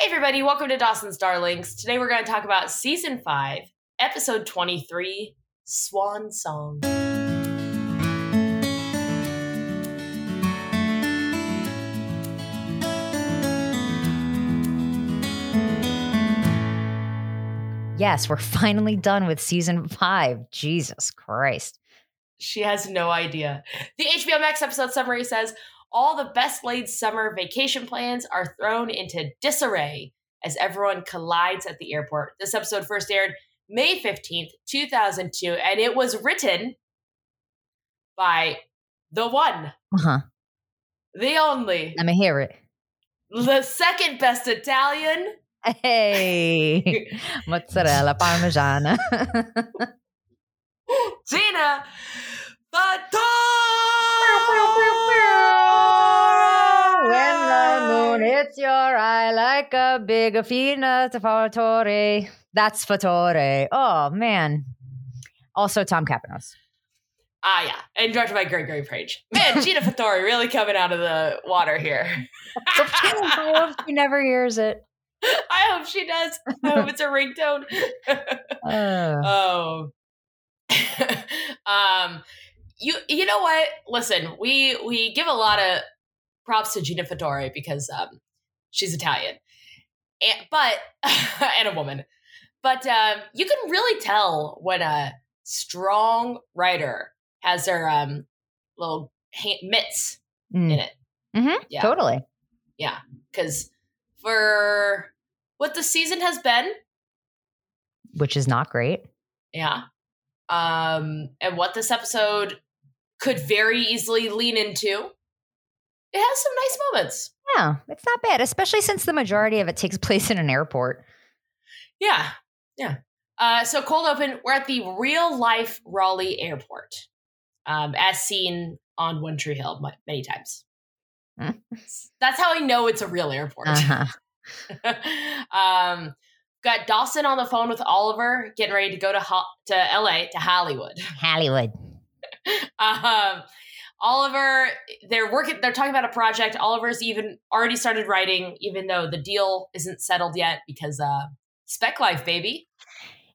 everybody, welcome to Dawson's Darlings. Today we're going to talk about season 5, episode 23, Swan Song. Yes, we're finally done with season five. Jesus Christ. She has no idea. The HBO Max episode summary says all the best laid summer vacation plans are thrown into disarray as everyone collides at the airport. This episode first aired May 15th, 2002, and it was written by the one, Uh huh. the only, Let me hear it. the second best Italian, Hey, mozzarella, parmigiana. Gina Fattor! when the moon hits your eye like a big fina fattore. That's fattore. Oh, man. Also, Tom Kapanos. Ah, yeah. And directed by Gregory Page. Man, Gina Fattori really coming out of the water here. I I hope she never hears it. hope she does. I hope it's a ringtone. Ugh. oh. um, you you know what? Listen, we we give a lot of props to Gina Fattori because um, she's Italian, and, but and a woman. But um, you can really tell when a strong writer has their um, little ha- mitts Mm, in it. Mhm. Yeah, Totally. because for what the season has been, Which is not great. yeah, um, and what this episode could very easily lean into, it has some nice moments. Yeah, it's not bad, especially since the majority of it takes place in an airport. Yeah, yeah. Uh, so cold open. We're at the real life Raleigh Airport, um, as seen on One Tree Hill mu- many times. Huh? That's how I know it's a real airport. Uh-huh. um, got Dawson on the phone with Oliver, getting ready to go to Ho- to L.A. to Hollywood. Hollywood. Um, Oliver, they're working. They're talking about a project. Oliver's even already started writing, even though the deal isn't settled yet because uh, Spec Life, baby.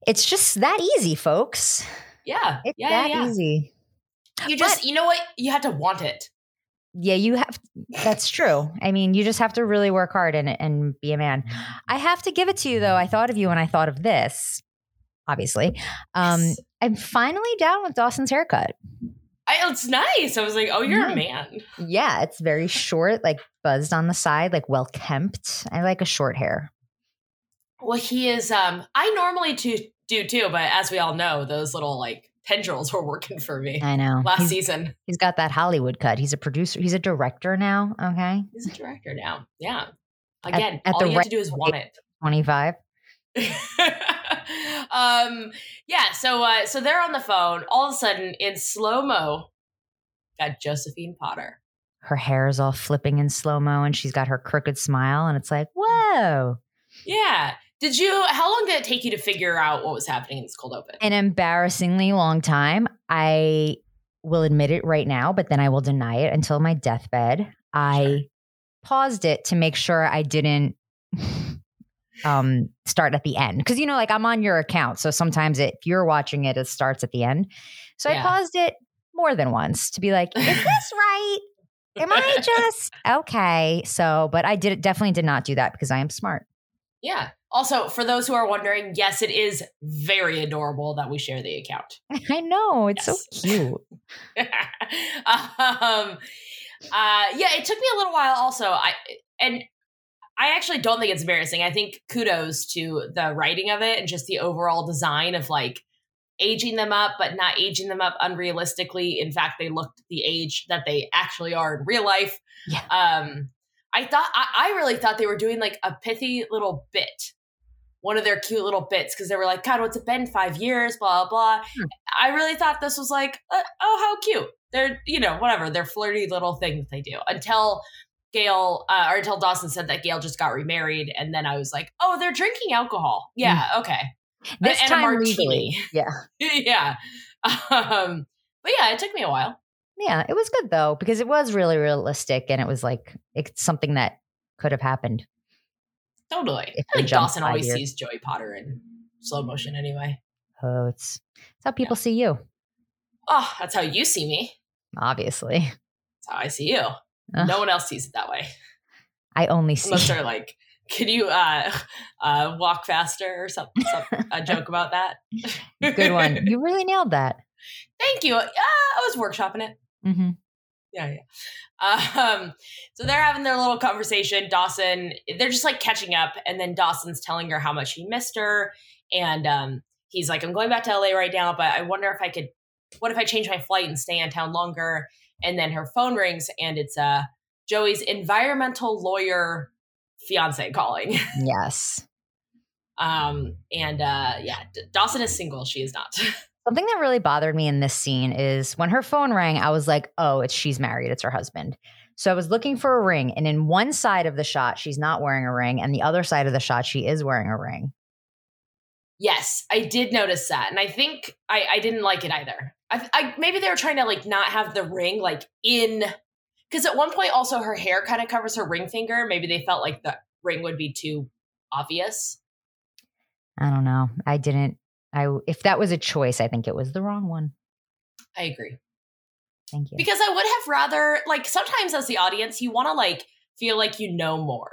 It's just that easy, folks. Yeah, It's yeah, that yeah. yeah. easy. You just, you know what? You have to want it. Yeah, you have that's true. I mean, you just have to really work hard and and be a man. I have to give it to you though. I thought of you when I thought of this, obviously. Um Yes. I'm finally down with Dawson's haircut. I, it's nice. I was like, oh, you're a man. Yeah, it's very short, like buzzed on the side, like well kempt. I like a short hair. Well, he is. Um, I normally to, do too, but as we all know, those little like tendrils were working for me I know. last Uh, He's- season. he's got that Hollywood cut. He's a producer. He's a director now. Okay. He's a director now. Yeah. Again, at all the you have right to do is want it. 25. um yeah so uh so they're on the phone all of a sudden in slow mo got josephine potter Her hair is all flipping in slow mo and she's got her crooked smile. And it's like, whoa, yeah did you how long did it take you to figure out what was happening in this cold open an embarrassingly long time. I will admit it right now, but then I will deny it until my deathbed. I paused it to make sure I didn't. um start at the end because you know like i'm on your account so sometimes it, if you're watching it it starts at the end so i Yeah. paused it more than once to be like is this right Am I just okay? So, but I did definitely did not do that because I am smart. yeah also for those who are wondering yes it is very adorable that we share the account I know it's Yes. so cute. um, uh, yeah, it took me a little while. Also, I and I actually don't think it's embarrassing. I think kudos to the writing of it and just the overall design of like aging them up, but not aging them up unrealistically. In fact, they looked the age that they actually are in real life. Yeah. Um, I thought I, I really thought they were doing like a pithy little bit. One of their cute little bits because they were like, "God, what's it been? Five years, blah blah." blah. I really thought this was like, uh, oh, how cute. They're, you know, whatever. They're flirty little things they do until Gail, uh, or until Dawson said that Gail just got remarried. And then I was like, oh, they're drinking alcohol. Yeah, okay. Mm. This and a time martini. legally, yeah, yeah. Um, but yeah, it took me a while. yeah, it was good though because it was really realistic and it was like it's something that could have happened. Totally. If I they think jump Dawson five always years. sees Joey Potter in slow motion anyway. Oh, it's it's how people see you, Oh, that's how you see me. obviously. That's how I see you. Ugh. No one else sees it that way. I only Unless see they're like, can you uh, uh, walk faster or something? Some, a joke about that. good one. You really nailed that. Thank you. Uh, I was workshopping it. hmm yeah, yeah. Um, so they're having their little conversation. Dawson, they're just like catching up, and then Dawson's telling her how much he missed her, and um, he's like, "I'm going back to LA right now, but I wonder if I could. What if I change my flight and stay in town longer?" And then her phone rings, and it's uh, Joey's environmental lawyer fiance calling. Yes. Um, and uh, yeah, D- Dawson is single. She is not. Something that really bothered me in this scene is when her phone rang, I was like, oh, it's she's married, it's her husband. So I was looking for a ring, and in one side of the shot, she's not wearing a ring, and the other side of the shot, she is wearing a ring. Yes, I did notice that, and I think I, I didn't like it either. I, I maybe they were trying to like not have the ring like in, because at one point also her hair kind of covers her ring finger. Maybe they felt like the ring would be too obvious. I don't know. I didn't. I if that was a choice, I think it was the wrong one. I agree Thank you. because I would have rather like sometimes as the audience you want to like feel like you know more.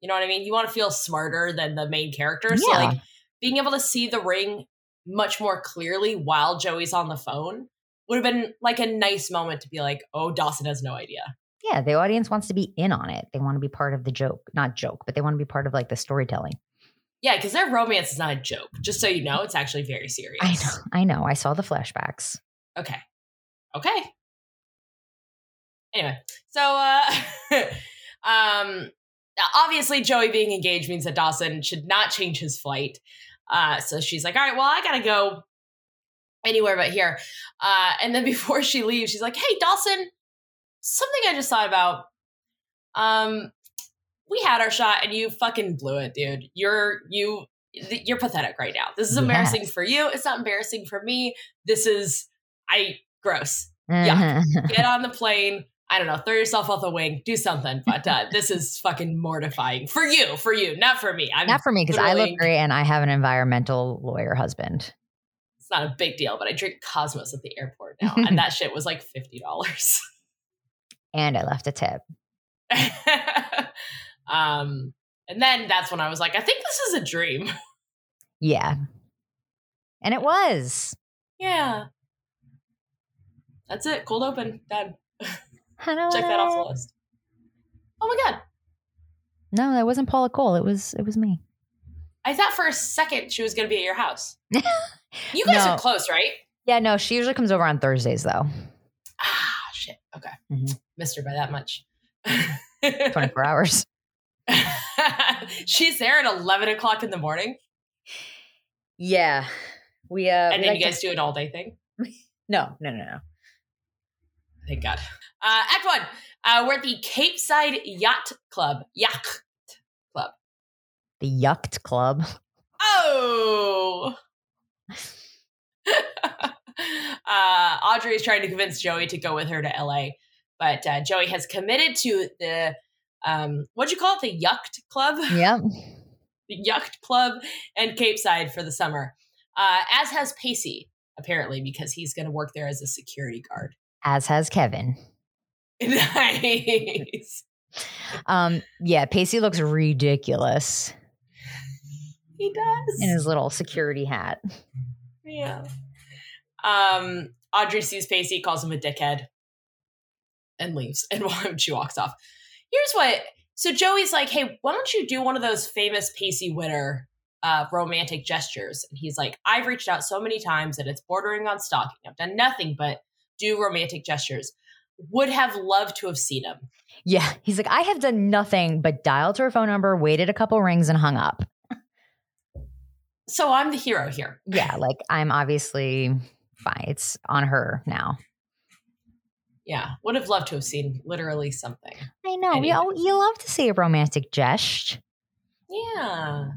You know what I mean? You want to feel smarter than the main character. So Yeah. like being able to see the ring much more clearly while Joey's on the phone would have been like a nice moment to be like, oh, Dawson has no idea. yeah, the audience wants to be in on it. They want to be part of the joke, not joke, but they want to be part of like the storytelling. Yeah, because their romance is not a joke. Just so you know, it's actually very serious. I know. I know. I saw the flashbacks. Okay. Okay. Anyway, so uh um obviously Joey being engaged means that Dawson should not change his flight. Uh so she's like, "All right, well, I got to go anywhere but here." Uh and then before she leaves, she's like, "Hey, Dawson, something I just thought about. Um we had our shot and you fucking blew it, dude. You're you th- you're pathetic right now. This is embarrassing Yes. for you. It's not embarrassing for me. This is I gross. Yeah. Get on the plane. I don't know. Throw yourself off the wing. Do something. But uh, this is fucking mortifying for you. For you, not for me. I'm. Not for me because I look literally- great and I have an environmental lawyer husband. it's not a big deal. But I drink Cosmos at the airport now, and that shit was like fifty dollars. And I left a tip. um, and then that's when I was like, I think this is a dream. Yeah. And it was. Yeah. That's it. Cold open. Done. I don't Check that off know. the list. Oh my god. No, that wasn't Paula Cole. It was it was me. I thought for a second she was going to be at your house. You guys No. are close, right? Yeah, no, she usually comes over on Thursdays though. Ah, shit. Okay. Mhm. Missed her by that much. 24 hours. She's there at 11 o'clock in the morning. Yeah. We uh and we then like you to- guys do an all day thing. No, no, no, no. Thank God. Uh, act one. Uh, we're at the Cape Side Yacht Club. Yacht. The Yucked Club. Oh. uh, Audrey is trying to convince Joey to go with her to LA, but uh, Joey has committed to the, um, what'd you call it? The Yucked Club? Yep. the Yacht Club and Cape Side for the summer, uh, as has Pacey, apparently, because he's going to work there as a security guard. As has Kevin. nice. Um, yeah, Pacey looks ridiculous He does. in his little security hat. yeah. Um, Audrey sees Pacey, calls him a dickhead, and leaves. And while she walks off, here's what. So Joey's like, "Hey, why don't you do one of those famous Pacey winner uh, romantic gestures?" And he's like, "I've reached out so many times that it's bordering on stalking. I've done nothing but do romantic gestures. Would have loved to have seen him." Yeah. He's like, I have done nothing but dialed her phone number, waited a couple rings, and hung up. So I'm the hero here. Yeah, like I'm obviously fine. It's on her now. Yeah, would have loved to have seen literally something. I know. Anyway. We all, you love to see a romantic gest. Yeah.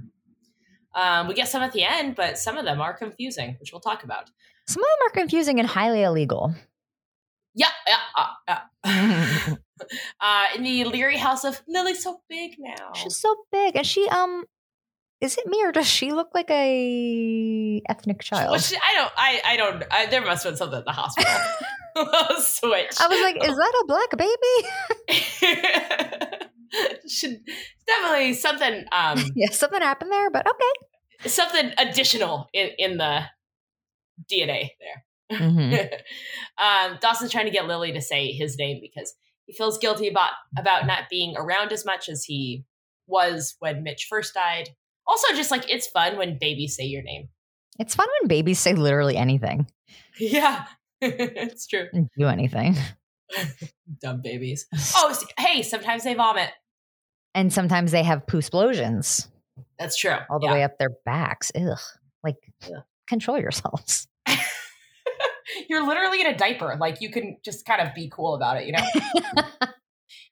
Um, we get some at the end, but some of them are confusing, which we'll talk about. Some of them are confusing and highly illegal. Yeah, yeah, uh, uh. uh, in the Leary house of Lily's so big now. She's so big, and she um, is it me or does she look like a ethnic child? Well, she, I don't. I I don't. I, there must have been something at the hospital. Switch. I was like, is that a black baby? Should definitely something. Um, yeah, something happened there, but okay. something additional in in the DNA there. Mhm. um, Dawson's trying to get Lily to say his name because he feels guilty about about not being around as much as he was when Mitch first died. Also, just like it's fun when babies say your name. It's fun when babies say literally anything Yeah, it's true. and do anything. Dumb babies. Oh, s- hey, sometimes they vomit. And sometimes they have poo explosions That's true. all the Yeah. way up their backs. Ugh. Like, Yeah. control yourselves. You're literally in a diaper. Like you can just kind of be cool about it, you know?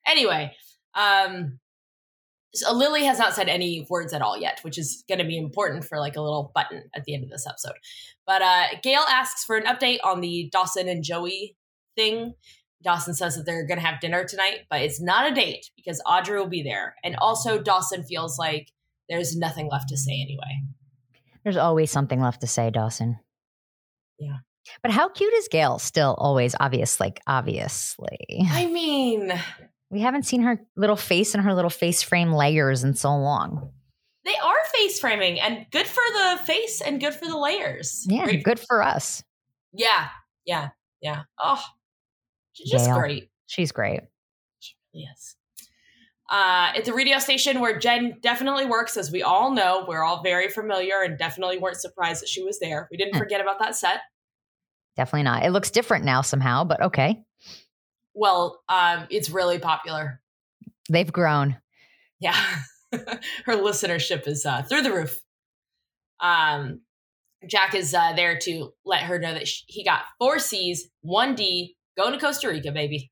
anyway, um so Lily has not said any words at all yet, which is going to be important for like a little button at the end of this episode. But uh Gail asks for an update on the Dawson and Joey thing. Dawson says that they're going to have dinner tonight, but it's not a date because Audrey will be there. And also Dawson feels like there's nothing left to say anyway. There's always something left to say, Dawson. Yeah. But how cute is Gail still always obvious like obviously. I mean, We haven't seen her little face and her little face frame layers in so long. They are face framing and good for the face and good for the layers. Yeah, Great- good for us. Yeah. Yeah. Yeah. Oh, she's just Yeah. great. She's great. Yes. Uh, at the radio station where Jen definitely works, as we all know, we're all very familiar and definitely weren't surprised that she was there. We didn't Hmm. forget about that set. Definitely not. It looks different now somehow, but okay. Well, um, it's really popular. They've grown. Yeah. Her listenership is uh, through the roof. Um, Jack is uh, there to let her know that sh he got four C's, one D, going to Costa Rica, baby.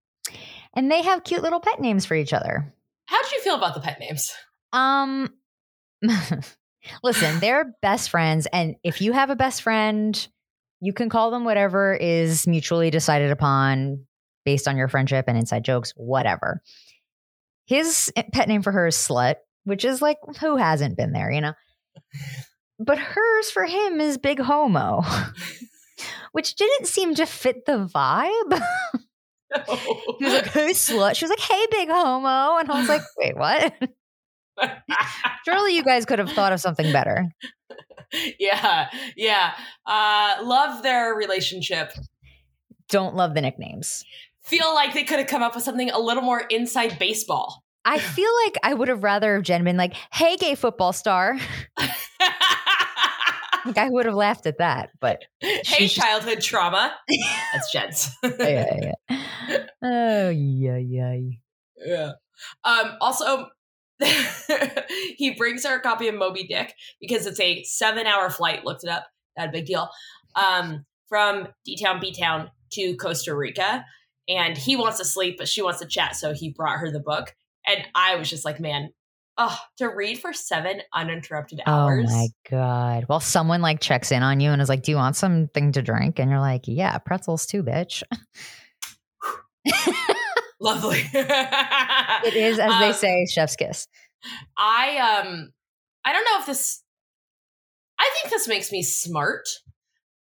And they have cute little pet names for each other. How did you feel about the pet names? Um Listen, they're best friends and if you have a best friend, you can call them whatever is mutually decided upon based on your friendship and inside jokes, whatever. His pet name for her is slut, which is like who hasn't been there, you know? But hers for him is big homo. Which didn't seem to fit the vibe. He was like, "Who's slut?" She was like, "Hey, big homo," and I was like, "Wait, what?" Surely you guys could have thought of something better. yeah, yeah. Uh, love their relationship. Don't love the nicknames. Feel like they could have come up with something a little more inside baseball. I feel like I would have rather have Jen been like, "Hey, gay football star." Like I would have laughed at that, but hey, She's just- childhood trauma. That's Jen's. yeah, yeah, yeah. oh yeah, yeah. Yeah. Um, also, he brings her a copy of Moby Dick because it's a seven hour flight. Looked it up. Not a big deal. Um, from D Town, B Town to Costa Rica. And he wants to sleep, but she wants to chat. So he brought her the book. And I was just like, man, oh, to read for seven uninterrupted Oh hours. my god. Well, someone like checks in on you and is like, "Do you want something to drink?" And you're like, "Yeah, pretzels too, bitch." Lovely. It is, as they Um, say, chef's kiss. I um I don't know if this I think this makes me smart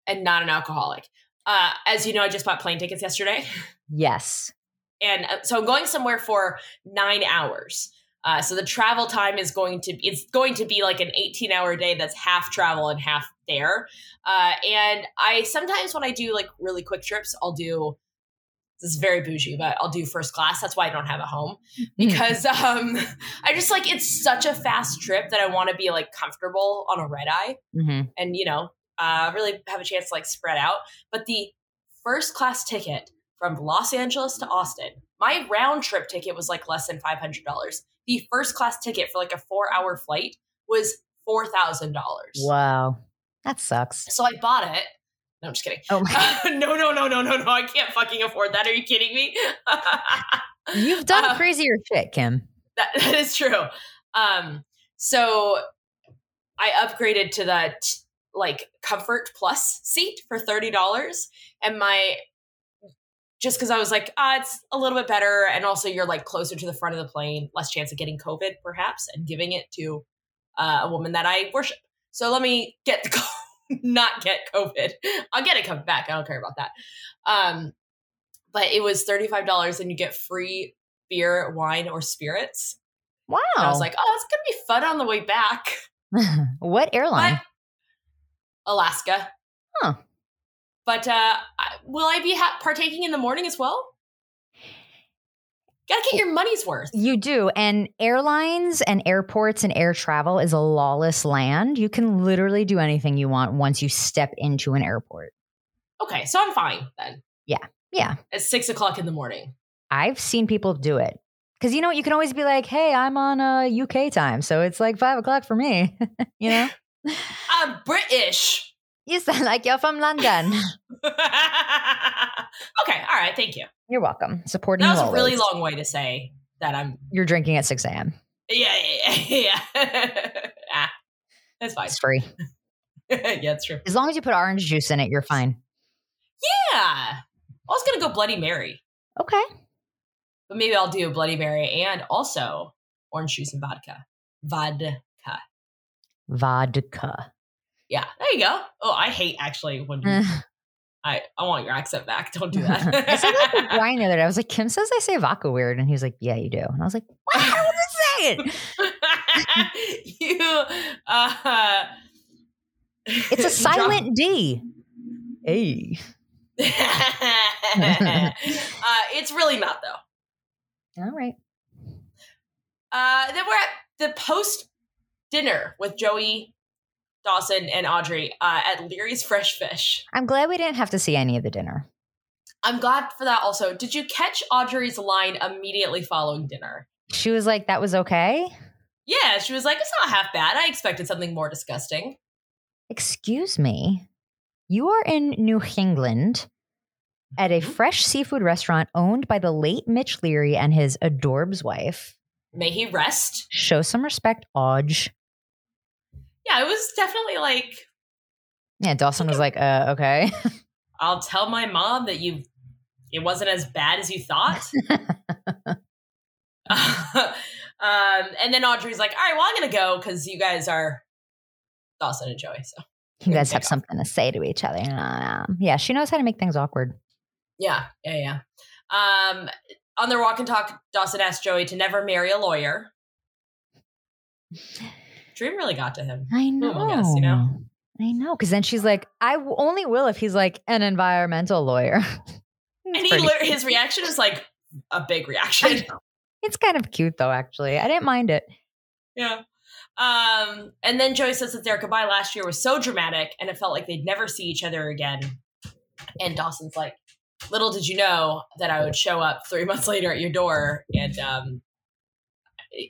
and not an alcoholic. Uh as you know I just bought plane tickets yesterday Yes. and uh, so I'm going somewhere for 9 hours. Uh so the travel time is going to it's going to be like an 18-hour day that's half travel and half there. Uh and I sometimes when I do like really quick trips I'll do this is very bougie, but I'll do first class. That's why I don't have a home because um I just like it's such a fast trip that I want to be like comfortable on a red eye hmm and you know uh really have a chance to like spread out but the first class ticket from Los Angeles to Austin my round trip ticket was like less than $500 the first class ticket for like a 4 hour flight was $4000 Wow, that sucks. so I bought it no I'm just kidding Oh my no no no no no no I can't fucking afford that are you kidding me You've done Uh, crazier shit, Kim. That, that is true. Um, so I upgraded to the t- like comfort plus seat for thirty dollars, and my just because I was like, ah, it's a little bit better. And also, you're like closer to the front of the plane, less chance of getting COVID, perhaps, and giving it to uh, a woman that I worship. So let me get the, not get COVID. I'll get it coming back. I don't care about that. Um, but it was $35 and you get free beer, wine, or spirits. Wow. And I was like, oh, it's going to be fun on the way back. what airline? But Alaska. Huh. But uh, I- will I be ha- partaking in the morning as well? Gotta get your money's worth. You do. And airlines and airports and air travel is a lawless land. You can literally do anything you want once you step into an airport. Okay, so I'm fine then. Yeah, yeah. At six o'clock in the morning. I've seen people do it. Cause you know what? You can always be like, hey, I'm on uh, UK time. So it's like five o'clock for me. you know? I'm British. you sound like you're from London. okay, all right, thank you. you're welcome. Supporting That was you a really always. long way to say that I'm. You're drinking at 6 a.m. Yeah, yeah, yeah. yeah. ah, that's fine. It's free. yeah, it's true. As long as you put orange juice in it, you're fine. Yeah. I was gonna go Bloody Mary, Okay. but maybe I'll do Bloody Mary and also orange juice and vodka. Vodka. Vodka. Yeah, there you go. Oh, I hate actually when you, I I want your accent back. Don't do that. I said that to Brian the other day. I was like, Kim says I say vodka weird. And he was like, Yeah, you do. And I was like, Why do you say it? you uh It's a you dropped- silent D. Hey. uh it's really not though. All right. Uh then we're at the post dinner with Joey Dawson and Audrey uh, at Leary's Fresh Fish. I'm glad we didn't have to see any of the dinner. I'm glad for that also. Did you catch Audrey's line immediately following dinner? She was like, That was okay. Yeah, she was like, it's not half bad. I expected something more disgusting. Excuse me. You are in New England at Mm-hmm. a fresh seafood restaurant owned by the late Mitch Leary and his adorbs wife. May he rest. Show some respect, Odge. Yeah, it was definitely like, Yeah, Dawson was like, uh, okay. I'll tell my mom that you it wasn't as bad as you thought. um, and then Audrey's like, all right, well, I'm gonna go because you guys are Dawson and Joey. So You guys have something to say to each other. Um, Yeah, she knows how to make things awkward. yeah, yeah, yeah. Um, on their walk and talk, Dawson asked Joey to never marry a lawyer. Dream really got to him. I know. Little guess, you know? I know. Because then she's like, I w- only will if he's like an environmental lawyer. And he pretty lit- his reaction is like a big reaction. it's kind of cute though, actually. I didn't mind it. Yeah. Um, and then Joey says that their goodbye last year was so dramatic and it felt like they'd never see each other again. And Dawson's like, little did you know that I would show up three months later at your door and um,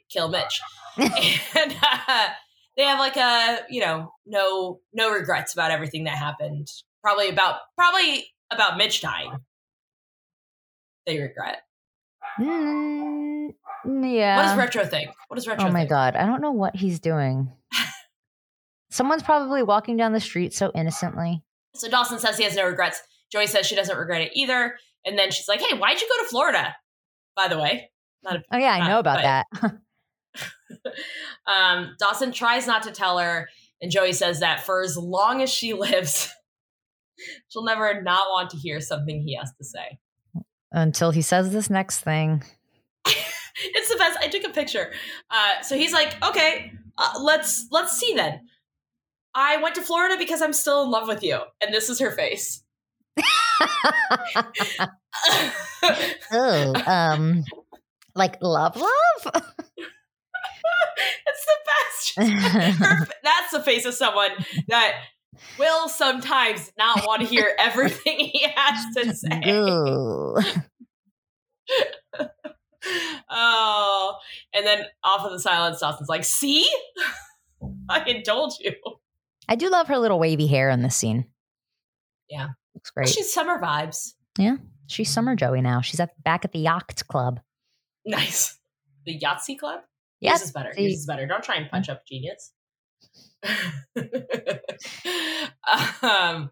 kill Mitch. and uh, they have like a, you know, no, no regrets about everything that happened. Probably about, probably about Mitch dying. They regret. Mm, What yeah. does retro think? What does retro oh my think? God. I don't know what he's doing. Someone's probably walking down the street so innocently. So Dawson says he has no regrets. Joey says she doesn't regret it either. And then she's like, "Hey, why'd you go to Florida?" By the way, Oh, yeah, I Ah, know about but- that. um, Dawson tries not to tell her, and Joey says that for as long as she lives, she'll never not want to hear something he has to say. Until he says this next thing. It's the best. I took a picture. Uh, so he's like, "Okay, uh, let's let's see then." I went to Florida because I'm still in love with you, and this is her face. oh, um, like love, love? it's the best. Her, that's the face of someone that will sometimes not want to hear everything he has to say. Ooh. Oh, and then off of the silence, Dawson's like, "See, I told you." I do love her little wavy hair in this scene. Yeah. Looks great. She's, She's summer vibes. Summer Joey now. She's at back at the Yacht Club. Nice. The Yahtzee Club. Yes. This is better. see- This is better. Don't try and punch up genius. um,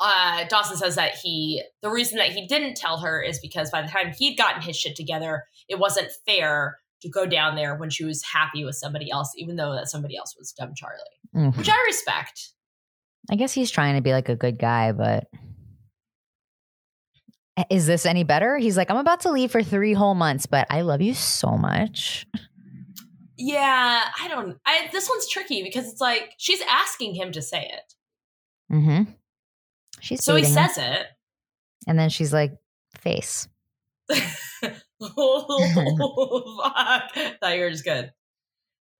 uh, Dawson says that he the reason that he didn't tell her is because by the time he'd gotten his shit together, it wasn't fair to go down there when she was happy with somebody else, even though that somebody else was dumb Charlie, Mm. which I respect. I guess he's trying to be like a good guy, but is this any better? He's like, I'm about to leave for three whole months, but I love you so much. Yeah, I don't. I this one's tricky because it's like she's asking him to say it, hmm She's so he dating him. says it. and then she's like, face. oh, fuck. thought you were just good.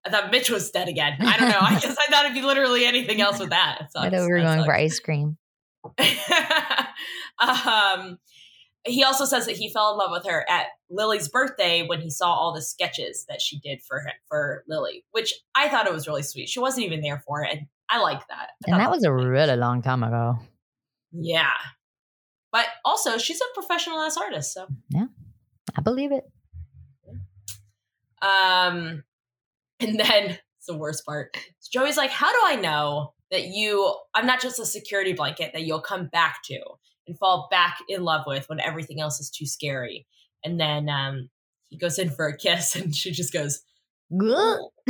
I thought Mitch was dead again. I don't know. I guess I thought it'd be literally anything else with that. It I sucks. thought we were That going for sucks. ice cream. um, he also says that he fell in love with her at Lily's birthday when he saw all the sketches that she did for him, for Lily, which I thought it was really sweet. She wasn't even there for it, and I like that. I And thought that was a really long time ago. yeah. But also, she's a professional ass artist, so I believe it. Um, and then it's the worst part. Joey's like, "How do I know that you? I'm not just a security blanket that you'll come back to and fall back in love with when everything else is too scary." And then um, he goes in for a kiss, and she just goes, Gah.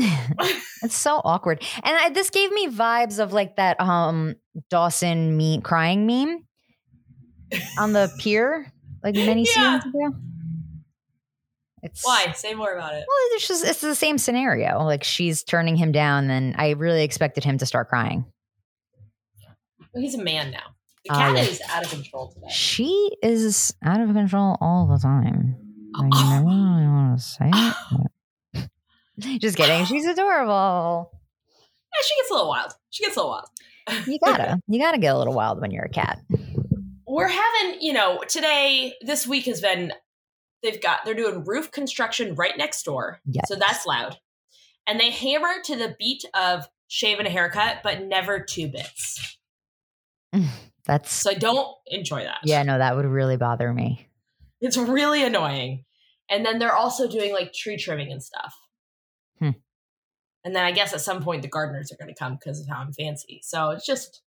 it's so awkward. And I, this gave me vibes of like that um Dawson me crying meme on the pier, like many Yeah. seasons ago. It's "Why? Say more about it." Well, it's just it's the same scenario. Like she's turning him down, then I really expected him to start crying. He's a man now. The Oh, cat yeah. is out of control today. She is out of control all the time. Oh. Like, I never really want to say it. but- Just kidding. She's adorable. Yeah, she gets a little wild. She gets a little wild. You gotta, you gotta get a little wild when you're a cat. we're having you know today this week has been they've got they're doing roof construction right next door Yes. so that's loud and they hammer to the beat of shave and a haircut but never two bits That's so i don't enjoy that Yeah, no, that would really bother me. it's really annoying and then they're also doing like tree trimming and stuff Hmm. and then i guess at some point the gardeners are going to come because of how i'm fancy so it's just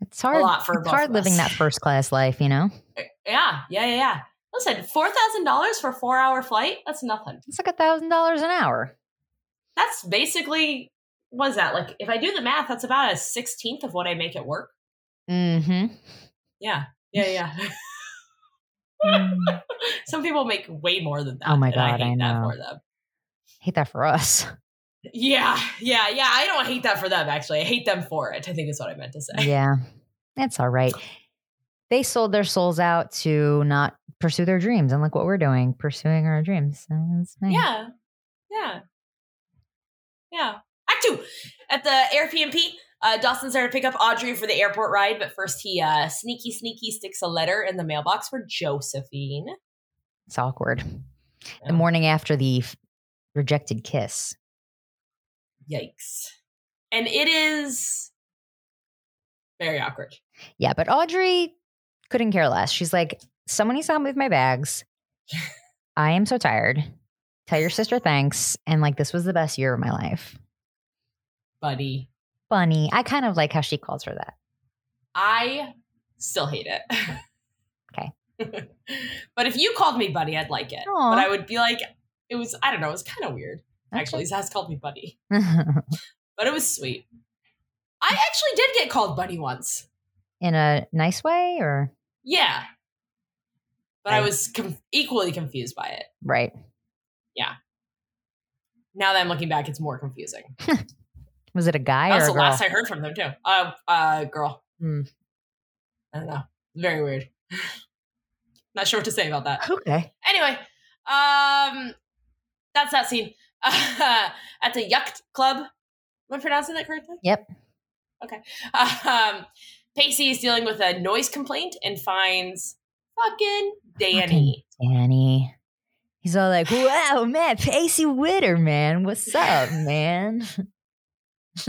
It's hard. lot for it's both hard of living us. that first class life, you know. yeah yeah yeah yeah listen $4000 for a four hour flight that's nothing It's like a thousand dollars an hour. that's basically what is that like if i do the math that's about a 16th of what i make at work Mm-hmm. yeah yeah yeah some people make way more than that Oh my and God, i hate I that know. for them Hate that for us. yeah yeah yeah i don't hate that for them actually i hate them for it i think is what i meant to say yeah, that's all right. They sold their souls out to not pursue their dreams, and look what we're doing, pursuing our dreams. So that's nice. yeah yeah yeah act two at the airbnb uh, Dawson's there to pick up Audrey for the airport ride, but first he uh, sneaky, sneaky sticks a letter in the mailbox for Josephine. it's awkward. Yeah. The morning after the f- rejected kiss. Yikes. And it is very awkward. Yeah, but Audrey couldn't care less. She's like, someone needs to help me with my bags. I am so tired. Tell your sister thanks. And like, this was the best year of my life. Buddy, Funny. I kind of like how she calls her that. I still hate it. Okay. but if you called me buddy, I'd like it. Aw. But I would be like, it was, I don't know, it was kind of weird. Actually, Zaz called me buddy, but it was sweet. I actually did get called buddy once. In a nice way or? Yeah. But I Right. was com- equally confused by it. Right. Now that I'm looking back, it's more confusing. Was it a guy That was or the a girl? last I heard from them too. Uh, uh, girl. Hmm. I don't know. Very weird. Not sure what to say about that. Okay. Anyway, um, that's that scene at the Yuck Club. Am I pronouncing that correctly? Yep. Okay. Um, Pacey is dealing with a noise complaint and finds fucking Danny. Danny. He's all like, wow, man, Pacey Witter, man. What's up, man? It's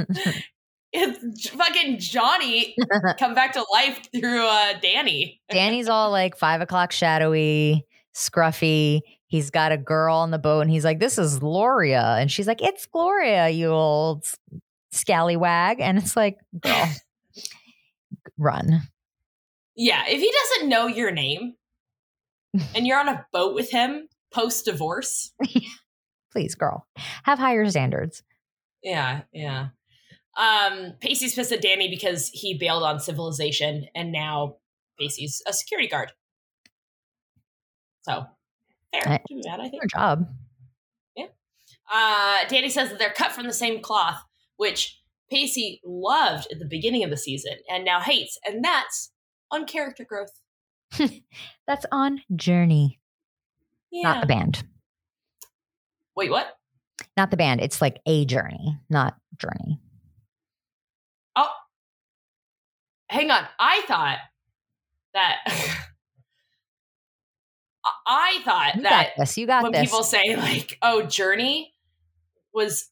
J- fucking Johnny come back to life through uh, Danny. Danny's all like five o'clock shadowy, scruffy. He's got a girl on the boat and he's like, This is Gloria. And she's like, It's Gloria, you old scallywag. And it's like, Girl, run. Yeah, if he doesn't know your name and you're on a boat with him post divorce. Please, girl, have higher standards. Yeah, yeah. Um, Pacey's pissed at Danny because he bailed on civilization and now Pacey's a security guard. So fair. Right. Too bad, I think. Your job. Uh, Danny says that they're cut from the same cloth, which Pacey loved at the beginning of the season and now hates, and that's on character growth. That's on Journey, Yeah. not the band. Wait, what? Not the band. It's like a journey, not Journey. Hang on. I thought that. I- I thought You that got this. You got when this. people say like, "Oh, Journey was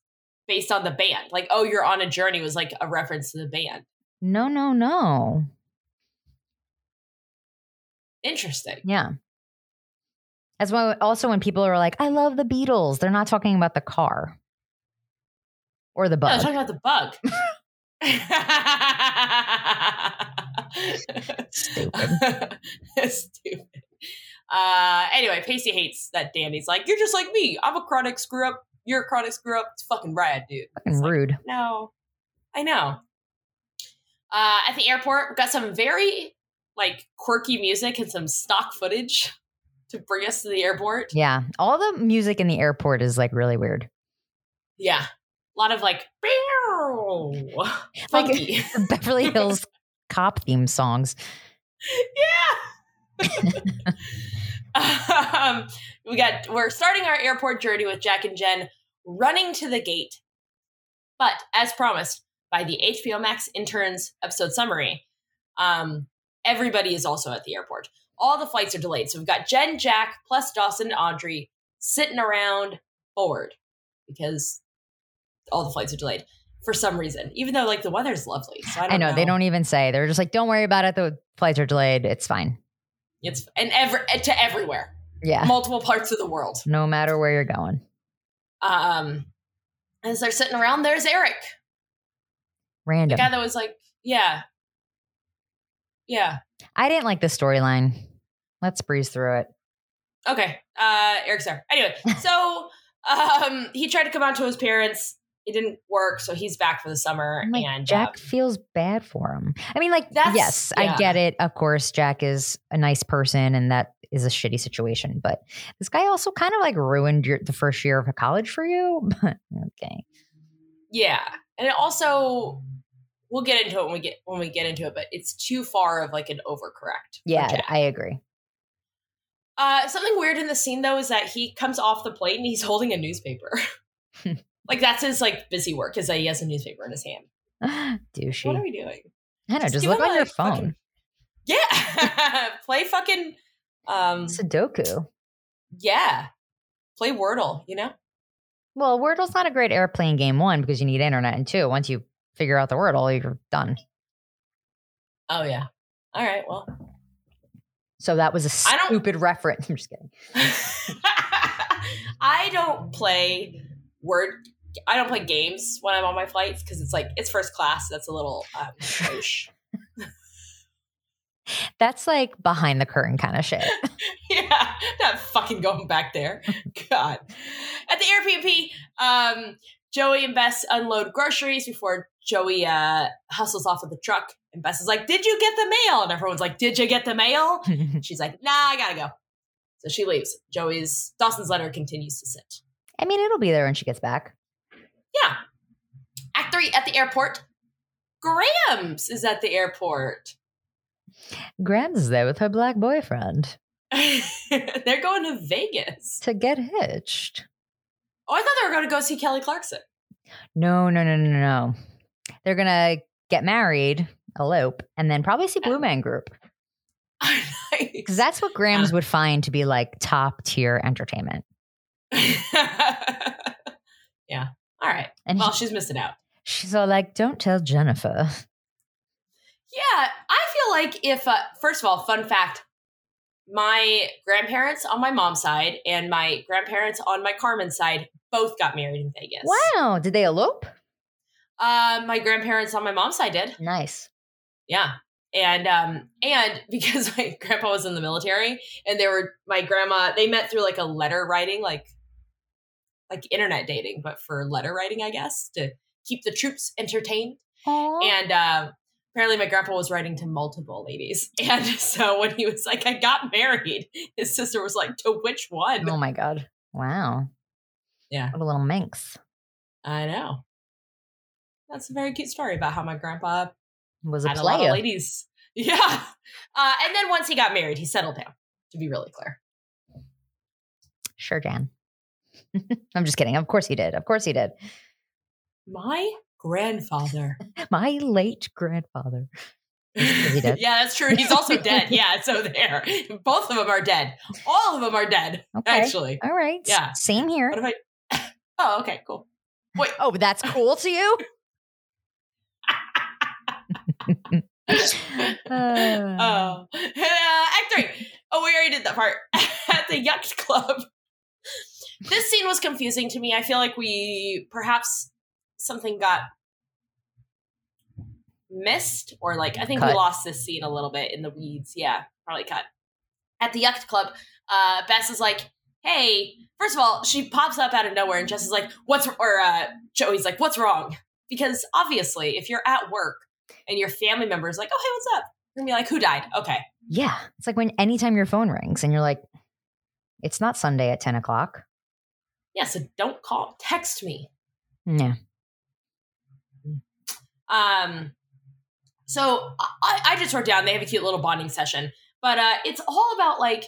based on the band," like, "Oh, you're on a journey" was like a reference to the band. no, no, no. Interesting. Yeah. That's why also when people are like, I love the Beatles, they're not talking about the car or the No, I was bug. talking about the bug. Stupid. Stupid. Uh, anyway, Pacey hates that Danny's like, you're just like me. I'm a chronic screw up. You're a chronic screw up. It's fucking rad, dude. Fucking rude. No, I know. Uh, at the airport, we've got some very like quirky music and some stock footage to bring us to the airport. Yeah. All the music in the airport is like really weird. Yeah, a lot of like, Like- funky. The Beverly Hills cop theme songs. um, we got we're starting our airport journey with Jack and Jen running to the gate. But as promised by the HBO Max interns episode summary, um, everybody is also at the airport. All the flights are delayed, so we've got Jen, Jack, plus Dawson and Audrey sitting around bored because all the flights are delayed for some reason. Even though like the weather's lovely, so I, don't I know, they don't even say. They're just like, don't worry about it. The flights are delayed. It's fine. It's and ever to everywhere, Yeah. multiple parts of the world. No matter where you're going. Um, as they're sitting around, there's Eric, the Random. guy that was like, yeah, yeah, I didn't like the storyline. Let's breeze through it. okay. Uh, Eric's there anyway. So, um, he tried to come out to his parents. It didn't work, so he's back for the summer. I'm like, and Jack uh, feels bad for him. I mean, like, That's- yes, yeah. I get it. Of course, Jack is a nice person, and that is a shitty situation. But this guy also kind of like ruined your, the first year of college for you. okay, yeah, and it also we'll get into it when we get when we get into it, but it's too far of like an overcorrect. for yeah, Jack. I agree. Uh, something weird in the scene though is that he comes off the plane and he's holding a newspaper. Hmm. like that's his like busy work is that he has a newspaper in his hand. Douchey. What are we doing? I know. Just, give look him on a your phone. fucking- yeah. Play fucking um Sudoku. yeah. Play Wordle, you know? Well, Wordle's not a great airplane game. One because you need internet, and two, once you figure out the Wordle, you're done. Oh yeah. All right, well. So that was a I don't- stupid reference. I'm just kidding. I don't play word I don't play games when I'm on my flights because it's like it's first class. That's a little um gauche. That's like behind the curtain kind of shit. yeah, not fucking going back there. God. At the Airbnb, um, Joey and Bess unload groceries before Joey uh, hustles off with the truck. And Bess is like, Did you get the mail? And everyone's like, Did you get the mail? And she's like, Nah, I gotta go. So she leaves. Joey's, Dawson's letter continues to sit. I mean, it'll be there when she gets back. Yeah. Act three at the airport. Graham's is at the airport. Grams is there with her black boyfriend They're going to Vegas. to get hitched. Oh, I thought they were going to go see Kelly Clarkson. No, no, no, no, no. They're gonna get married, elope, and then probably see Oh. Blue Man Group because that's what Grams Ah. would find to be like top tier entertainment. yeah. All right. And Well, he- she's missing out. she's all like, "Don't tell Jennifer." Yeah, I feel like if uh, first of all, fun fact, my grandparents on my mom's side and my grandparents on my Carmen's side both got married in Vegas. Wow, did they elope? Uh, my grandparents on my mom's side did. Nice. Yeah. and um and because my grandpa was in the military and they were my grandma they met through like a letter writing like like internet dating but for letter writing i guess to keep the troops entertained Aw. and uh, apparently my grandpa was writing to multiple ladies and so when he was like i got married his sister was like to which one oh my god! Wow. Yeah. What a little minx i know that's a very cute story about how my grandpa was a had a lot of player. ladies yeah uh, and then once he got married he settled down to be really clear Sure, Jan. I'm just kidding. Of course he did. Of course he did. my grandfather My late grandfather. he dead? yeah, that's true. He's also dead. Yeah, so there. Both of them are dead. All of them are dead, Okay. actually. All right. Yeah. Same here. What if I? Oh, okay, cool. Oh, that's cool to you. Uh, Oh, uh, act three. Oh, we already did that part at the Yuck Club. This scene was confusing to me. I feel like we perhaps something got missed, or like I think we Cut. lost this scene a little bit in the weeds. Yeah, probably cut. At the Yuck Club, uh, Bess is like, "Hey." First of all, she pops up out of nowhere, and Jess is like, "What's?" Or uh, Joey's like, "What's wrong?" Because obviously, if you're at work and your family member is like, "Oh, hey, what's up?" and be like, "Who died?" Okay, yeah. It's like when anytime your phone rings and you're like, it's not Sunday at 10 o'clock. yeah. So don't call, text me. Yeah. Um, so I, I just wrote down they have a cute little bonding session, but uh, it's all about like,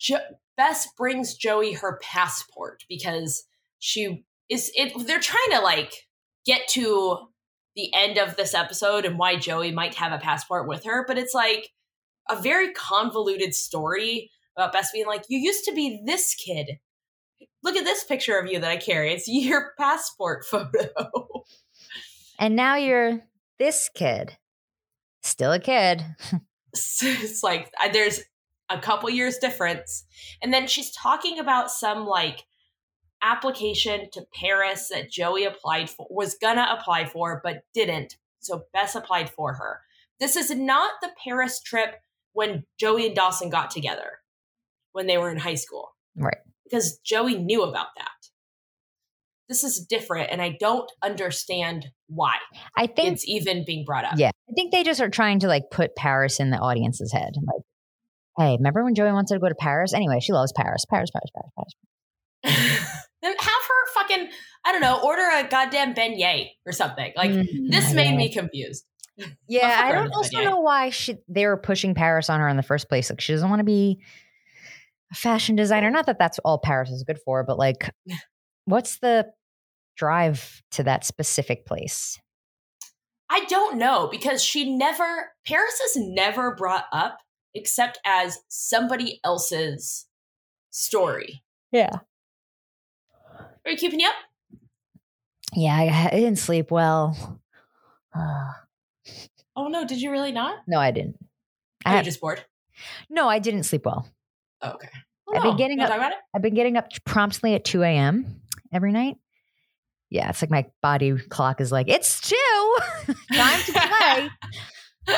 jo- Bess brings Joey her passport because she is. It they're trying to like get to the end of this episode and why Joey might have a passport with her, but it's like a very convoluted story about Bess being like, "You used to be this kid." Look at this picture of you that I carry. It's your passport photo. And now you're this kid. Still a kid. So it's like I- there's a couple years difference and then she's talking about some like application to paris that joey applied for was gonna apply for but didn't so bess applied for her this is not the paris trip when joey and dawson got together when they were in high school Right. because joey knew about that this is different and i don't understand why I think, it's even being brought up yeah. I think they just are trying to like put Paris in the audience's head. Like, hey, remember when Joey wanted to go to Paris? Anyway, she loves Paris. Paris, Paris, Paris, Paris. then have her fucking I don't know, order a goddamn beignet or something. Like Mm, this I made know. me confused. Yeah, Buffalo I Grove don't is also good, yeah. know why she they were pushing Paris on her in the first place. Like she doesn't want to be a fashion designer. Not that that's all Paris is good for, but like, what's the drive to that specific place? I don't know because she never Paris is never brought up except as somebody else's story. Yeah, Are you keeping me up? yeah. I, I didn't sleep well. Uh, Oh no, did you really not? no, I didn't. I Are you have- just bored? No, I didn't sleep well. Oh, okay. I've been getting you wanna up- talk about it? I've been getting up promptly at two a.m. every night. Yeah, it's like my body clock is like it's two time to play.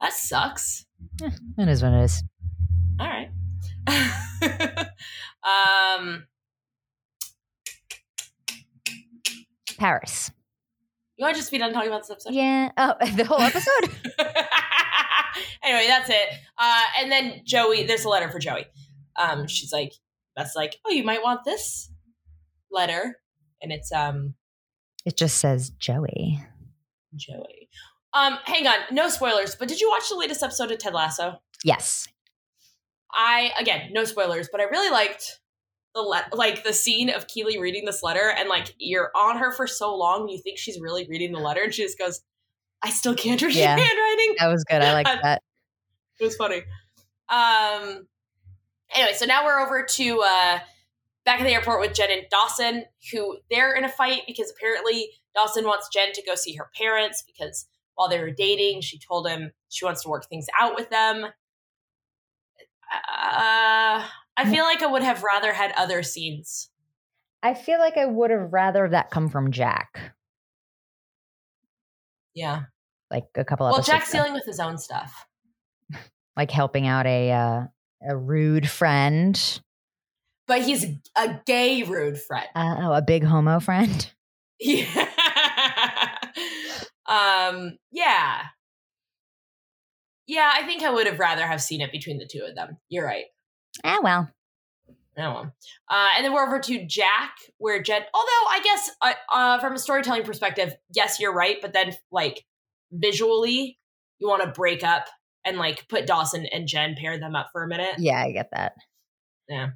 that sucks. it is what it is. All right. um Paris. you want to just be done talking about this episode? Yeah. Oh, the whole episode. anyway, that's it. Uh, and then Joey, there's a letter for Joey. Um, she's like, that's like, oh, you might want this letter, and it's um it just says Joey. Joey. Um, hang on, no spoilers. But did you watch the latest episode of Ted Lasso? Yes. I again, no spoilers, but I really liked the le- like the scene of Keely reading this letter, and like you're on her for so long, you think she's really reading the letter, and she just goes, "I still can't read Yeah. your handwriting." That was good. I like I- that. It was funny. Um. Anyway, so now we're over to uh, back at the airport with Jen and Dawson, who they're in a fight because apparently Dawson wants Jen to go see her parents because while they were dating, she told him she wants to work things out with them. Uh, I feel like I would have rather had other scenes. I feel like I would have rather that come from Jack. Yeah. like a couple Well, episodes Jack's ago. dealing with his own stuff. like helping out a uh, a rude friend, But he's a gay rude friend. uh, oh, a big homo friend. Yeah. um, yeah. Yeah, I think I would have rather have seen it between the two of them. You're right. Ah, well, Oh, well. Uh, and then we're over to Jack, where Jed. Although I guess uh, uh, from a storytelling perspective, yes, you're right. But then, like visually, you want to break up and like put Dawson and Jen pair them up for a minute. yeah, I get that. Uh,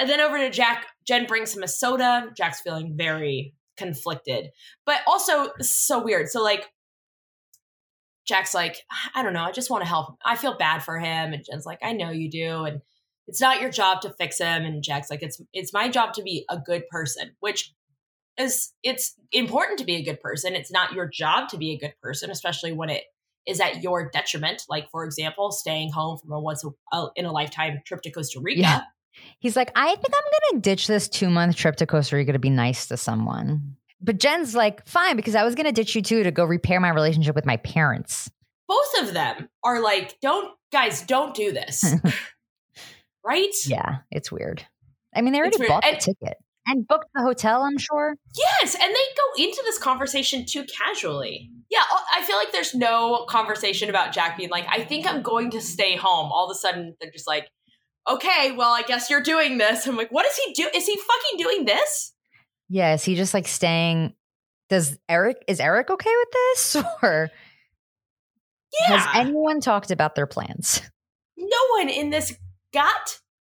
and then over to Jack. Jen brings him a soda. Jack's feeling very conflicted, but also so weird. So like, Jack's like, I don't know. I just want to help. him. I feel bad for him, and Jen's like, I know you do, and it's not your job to fix him. And Jack's like, it's it's my job to be a good person, which is it's important to be a good person. It's not your job to be a good person, especially when it is at your detriment. Like for example, staying home from a once a, a- in a lifetime trip to Costa Rica. Yeah. He's like, I think I'm gonna ditch this two month trip to Costa Rica to be nice to someone. But Jen's like, fine, because I was gonna ditch you too to go repair my relationship with my parents. both of them are like, don't guys, don't do this. right? Yeah, it's weird. I mean, they It's already weird. bought the And- ticket and booked the hotel. I'm sure. Yes. And they go into this conversation too casually. Yeah. oh, I- I feel like there's no conversation about Jack being like, I think I'm going to stay home. All of a sudden, they're just like, okay, well, I guess you're doing this. I'm like, what is he do? Is he fucking doing this? Yeah, is he just like staying? Does Eric is Eric okay with this or? Yeah. Has anyone talked about their plans? no one in this god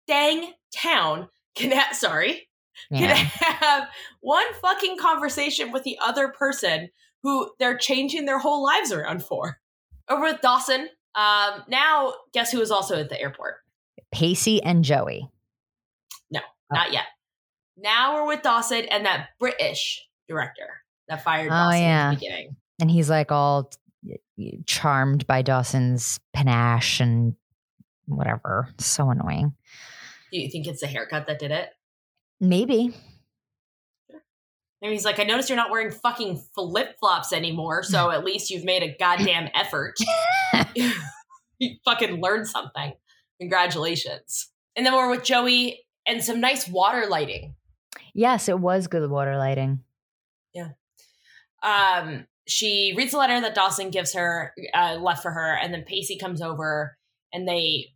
dang town can have, sorry, can Yeah. have one fucking conversation with the other person who they're changing their whole lives around for. Over with Dawson. Um, now, guess who is also at the airport? Pacey and Joey. Oh. Not yet. Now we're with Dawson and that British director that fired Oh, Dawson yeah. in the beginning. And he's like all y- y- charmed by Dawson's panache and whatever. So annoying. Do you think it's the haircut that did it? Maybe. And he's like, I noticed you're not wearing fucking flip flops anymore, so at least you've made a goddamn effort. you fucking learned something. Congratulations. And then we're with Joey and some nice water lighting. Yes, it was good water lighting. Um, she reads the letter that Dawson gives her, uh, left for her, and then Pacey comes over and they.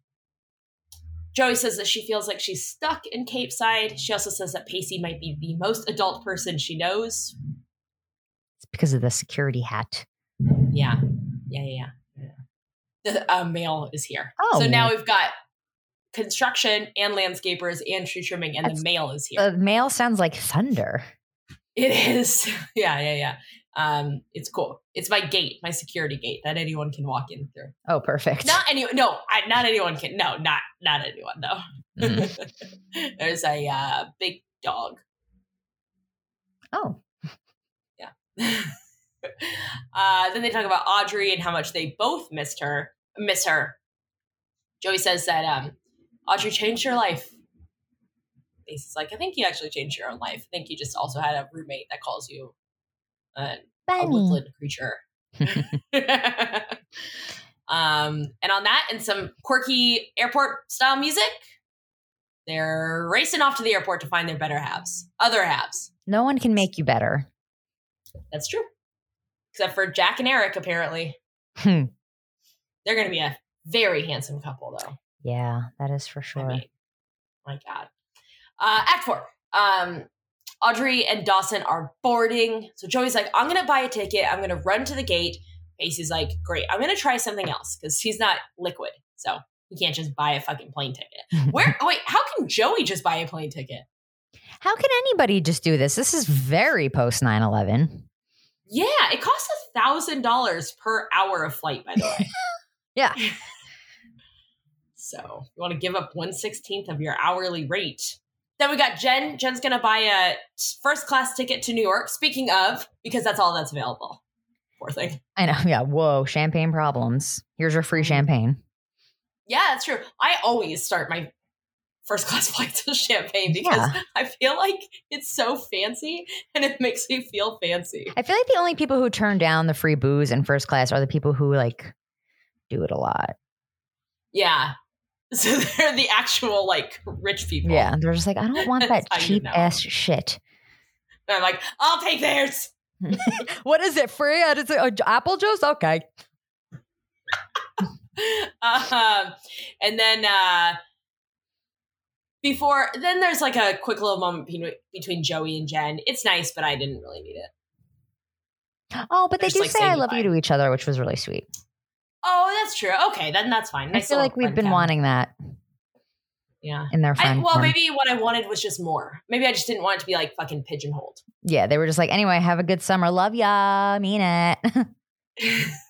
Joey says that she feels like she's stuck in Cape Side. She also says that Pacey might be the most adult person she knows, It's because of the security hat. Yeah. Yeah, yeah, yeah. The uh, mail is here. Oh. So now we've got construction and landscapers and tree trimming, and the That's- mail is here. The male Uh, sounds like thunder. it is. Yeah, yeah, yeah. Um, it's cool. It's my gate, my security gate that anyone can walk in through. Oh, perfect. Not any. No, I, not anyone can. No, not not anyone. No. Mm. There's a uh, big dog. Oh, uh, then they talk about Audrey and how much they both missed her. Miss her. Joey says that um, Audrey changed your life. He's like, I think you actually changed your own life. I think you just also had a roommate that calls you an, a Benny. woodland creature. um, and on that, and some quirky airport style music, they're racing off to the airport to find their better halves, other halves. No one can make you better. That's true. Except for Jack and Eric, apparently. Hmm. They're going to be a very handsome couple, though. yeah, that is for I sure. mean, my God. Uh, act four. Um, Audrey and Dawson are boarding. So Joey's like, I'm going to buy a ticket. I'm going to run to the gate. Casey's like, great. I'm going to try something else because he's not liquid. So he can't just buy a fucking plane ticket. Where? Oh, wait, how can Joey just buy a plane ticket? How can anybody just do this? This is very post 9 11. Yeah, it costs a thousand dollars per hour of flight, by the way. Yeah. so you want to give up one sixteenth of your hourly rate. Then we got Jen. Jen's gonna buy a first class ticket to New York. Speaking of, because that's all that's available. Poor thing. I know. Yeah. Whoa. Champagne Mm-hmm. problems. Here's your free champagne. Yeah, that's true. I always start my first class flights of champagne because Yeah. I feel like it's so fancy and it makes me feel fancy. I feel like the only people who turn down the free booze in first class are the people who like do it a lot. Yeah. So they're the actual like rich people. Yeah. They're just like, I don't want that That's how you cheap know. ass shit. And I'm like, I'll take theirs. What is it? Free? Uh, Is it uh, apple juice? Okay. um, and then uh, before then there's like a quick little moment between, between joey and jen it's nice but i didn't really need it Oh, but they Just, do like, say say I love goodbye. you to each other, which was really sweet. oh that's true okay then that's fine I Nice feel little like we've friend been cam. wanting that yeah in their I, friend. well form. maybe what i wanted was just more maybe i just didn't want it to be like fucking pigeonholed yeah, they were just like, anyway, have a good summer. Love ya. Mean it.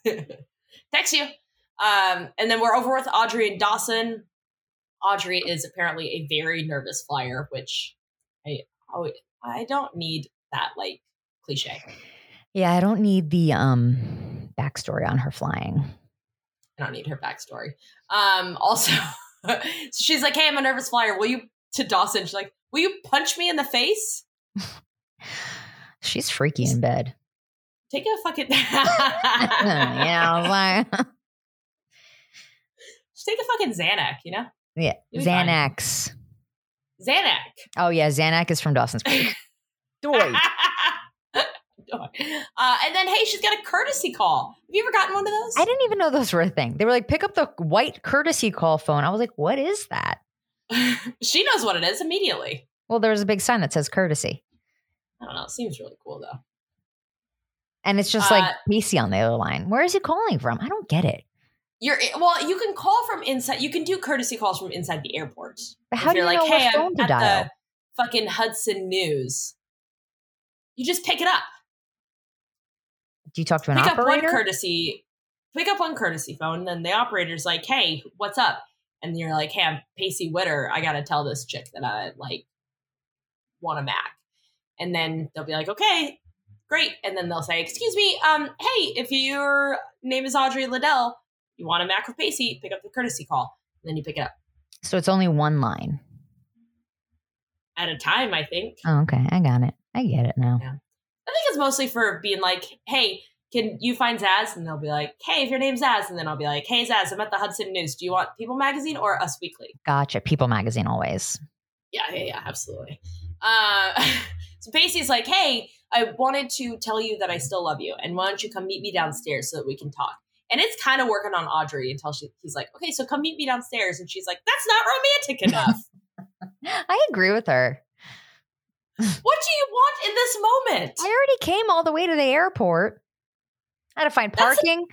text you um, and then we're over with audrey and dawson audrey is apparently a very nervous flyer which i oh, i don't need that like cliche yeah, I don't need the um backstory on her flying. I don't need her backstory. Um, also, so she's like, "Hey, I'm a nervous flyer. Will you?" To Dawson, she's like, "Will you punch me in the face? She's freaky in bed. Take a fucking yeah, I was like, Just take a fucking Xanac, you know, yeah, You'll be fine. Xanax. Xanac." Oh yeah, Xanac is from Dawson's Creek. Doy. Doi. uh, and then, hey, she's got a courtesy call. Have you ever gotten one of those? I didn't even know those were a thing. They were like, pick up the white courtesy call phone. I was like, what is that? she knows what it is immediately. Well, there was a big sign that says courtesy. I don't know. It seems really cool though. And it's just Uh, like Casey on the other line. Where is he calling from? I don't get it. You're well. You can call from inside. You can do courtesy calls from inside the airport. But If how do you you're like, know hey, what phone I'm to at dial? the fucking Hudson News. You just pick it up. do you talk to an pick up operator? one courtesy. Pick up one courtesy phone, and then the operator's like, "Hey, what's up?" And you're like, "Hey, I'm Pacey Witter. I gotta tell this chick that I like want a Mac." And then they'll be like, "Okay, great." And then they'll say, "Excuse me, um, hey, if your name is Audrey Liddell, you want a Mac with Pacey? Pick up the courtesy call." And then you pick it up so it's only one line. at a time, I think. Oh, okay. I got it. I get it now. I think it's mostly for being like, hey, can you find Zaz? And they'll be like, hey, if your name's Zaz. And then I'll be like, hey, Zaz, I'm at the Hudson News. Do you want People Magazine or Us Weekly? Gotcha. People magazine always. Yeah, yeah, yeah, absolutely. Uh, so Pacey's like, hey, I wanted to tell you that I still love you. And why don't you come meet me downstairs so that we can talk? And it's kind of working on Audrey until she, he's like, okay, so come meet me downstairs. And she's like, that's not romantic enough. I agree with her. what do you want in this moment? I already came all the way to the airport. I had to find That's- parking.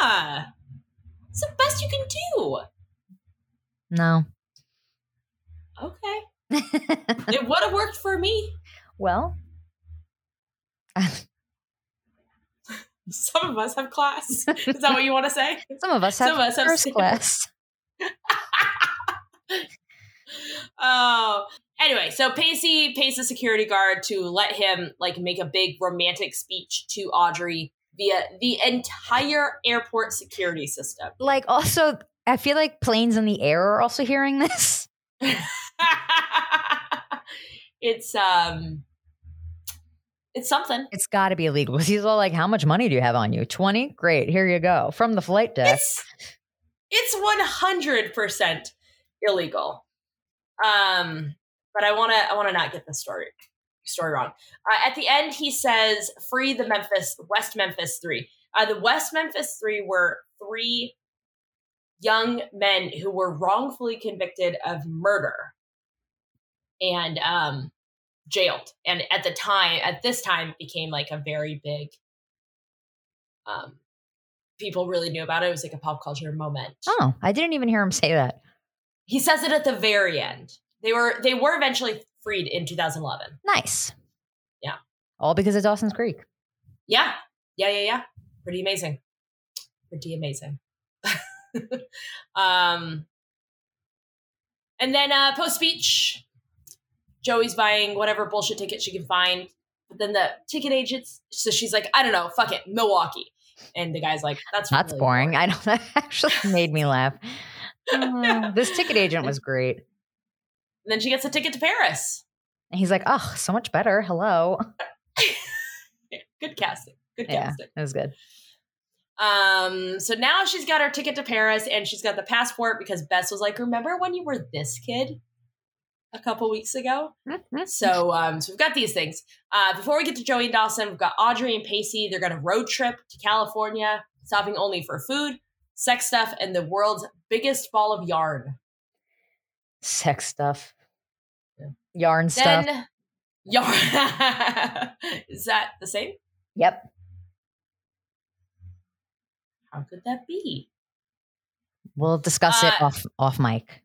Yeah. It's the best you can do. no. Okay. it would have worked for me. well, Some of us have class. Is that what you want to say? some of us have Some of us have first same- class. Oh. Anyway, so Pacey pays the security guard to let him like make a big romantic speech to Audrey via the entire airport security system. Like, also, I feel like planes in the air are also hearing this. it's um it's something. It's got to be illegal. He's all like, "How much money do you have on you? Twenty? Great. Here you go from the flight deck." It's it's one hundred percent illegal. Um, but I wanna I wanna not get this story story wrong. Uh, at the end, he says, "Free the Memphis West Memphis Three. Uh, the West Memphis Three were three young men who were wrongfully convicted of murder and um jailed. And at the time, at this time, it became like a very big um people really knew about it. It was like a pop culture moment. oh, I didn't even hear him say that. He says it at the very end. They were they were eventually freed in 2011. Nice. Yeah. All because of Dawson's Creek. Yeah. Yeah, yeah, yeah. Pretty amazing. Pretty amazing. um and then uh post speech Joey's buying whatever bullshit ticket she can find. But then the ticket agents so she's like, I don't know, fuck it, Milwaukee. And the guy's like, that's That's really boring. I don't. That actually made me laugh. Uh, this ticket agent was great. then she gets a ticket to Paris. And he's like, oh, so much better. Hello. Yeah, good casting. Good Yeah. casting. That was good. Um, so now she's got her ticket to Paris and she's got the passport because Bess was like, Remember when you were this kid a couple weeks ago? Mm-hmm. So um, so we've got these things. Uh, before we get to Joey and Dawson, we've got Audrey and Pacey. They're gonna road trip to California, stopping only for food, sex stuff, and the world's biggest ball of yarn. Sex stuff. Yeah. Yarn stuff. Then yarn Is that the same? Yep. How could that be? We'll discuss it Uh, off off mic.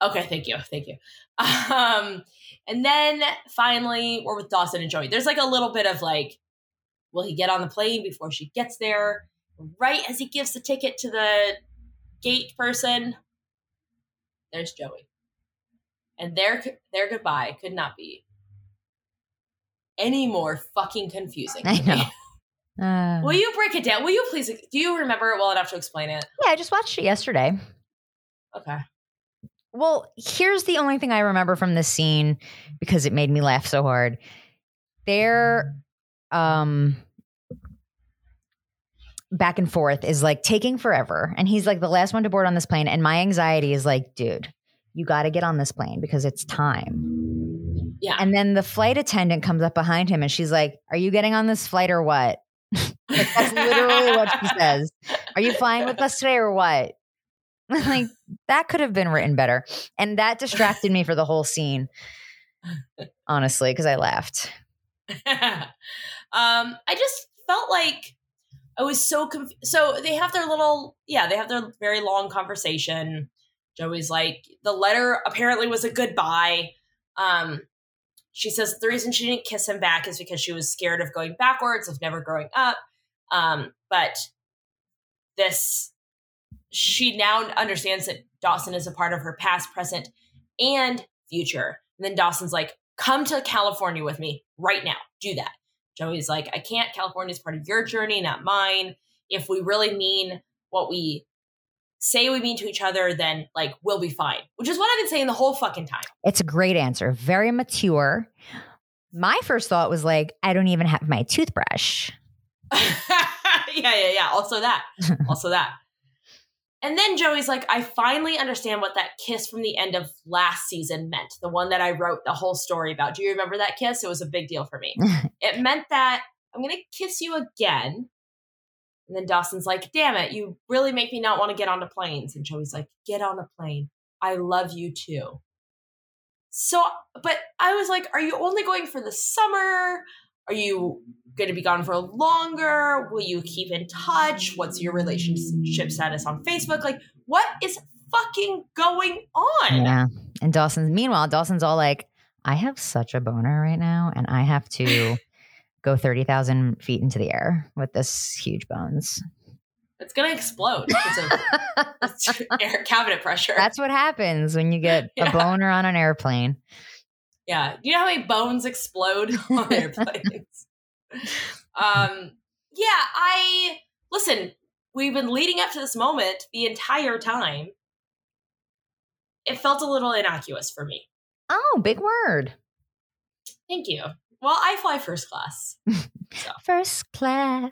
Okay, thank you, thank you. Um, and then finally, we're with Dawson and Joey. There's like a little bit of like, will he get on the plane before she gets there? Right as he gives the ticket to the gate person, there's Joey, and their their goodbye could not be any more fucking confusing. I know. Uh, Will you break it down? Will you please? Do you remember it well enough to explain it? yeah, I just watched it yesterday. Okay. Well, here's the only thing I remember from this scene because it made me laugh so hard. Their um back and forth is like taking forever. And he's like the last one to board on this plane. And my anxiety is like, dude, you gotta get on this plane because it's time. Yeah. And then the flight attendant comes up behind him and she's like, Are you getting on this flight or what? Like, that's literally what she says. Are you flying with us today or what? like that could have been written better. And that distracted me for the whole scene. Honestly, because I laughed. um, I just felt like I was so confused. So they have their little, yeah, they have their very long conversation. Joey's like, the letter apparently was a goodbye. Um, she says the reason she didn't kiss him back is because she was scared of going backwards, of never growing up. Um, but this, she now understands that Dawson is a part of her past, present, and future. And then Dawson's like, come to California with me right now. Do that. Joey's like, I can't. California's part of your journey, not mine. If we really mean what we say we mean to each other, then like we'll be fine. Which is what I've been saying the whole fucking time. It's a great answer. Very mature. My first thought was like, I don't even have my toothbrush. yeah, yeah, yeah. Also that. Also that. And then Joey's like, I finally understand what that kiss from the end of last season meant. The one that I wrote the whole story about. Do you remember that kiss? It was a big deal for me. it meant that I'm going to kiss you again. And then Dawson's like, damn it, you really make me not want to get onto planes. And Joey's like, get on a plane. I love you too. So, but I was like, are you only going for the summer? Are you going to be gone for longer? Will you keep in touch? What's your relationship status on Facebook? Like, what is fucking going on? Yeah. And Dawson's meanwhile, Dawson's all like, I have such a boner right now, and I have to go 30,000 feet into the air with this huge bones. It's going to explode. It's, a, it's air cabinet pressure. That's what happens when you get Yeah. a boner on an airplane. Yeah. Do you know how many bones explode on airplanes? um, yeah, I listen, we've been leading up to this moment the entire time. It felt a little innocuous for me. Oh, big word. Thank you. Well, I fly first class. First class.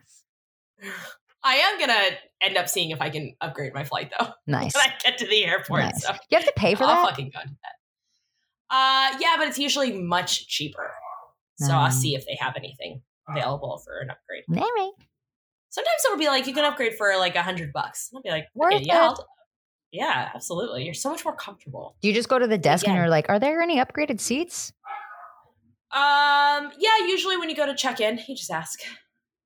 I am gonna end up seeing if I can upgrade my flight though Nice. when I get to the airport. nice. So You have to pay for I'll that? fucking go into that. Uh yeah, but it's usually much cheaper. So I'll Mm. see if they have anything available for an upgrade. All right. Sometimes it'll be like you can upgrade for like a hundred bucks. And I'll be like, Worth okay, yeah, it. I'll- yeah, absolutely. You're so much more comfortable. Do you just go to the desk and Again. you're like, are there any upgraded seats? Um, yeah. Usually when you go to check in, you just ask,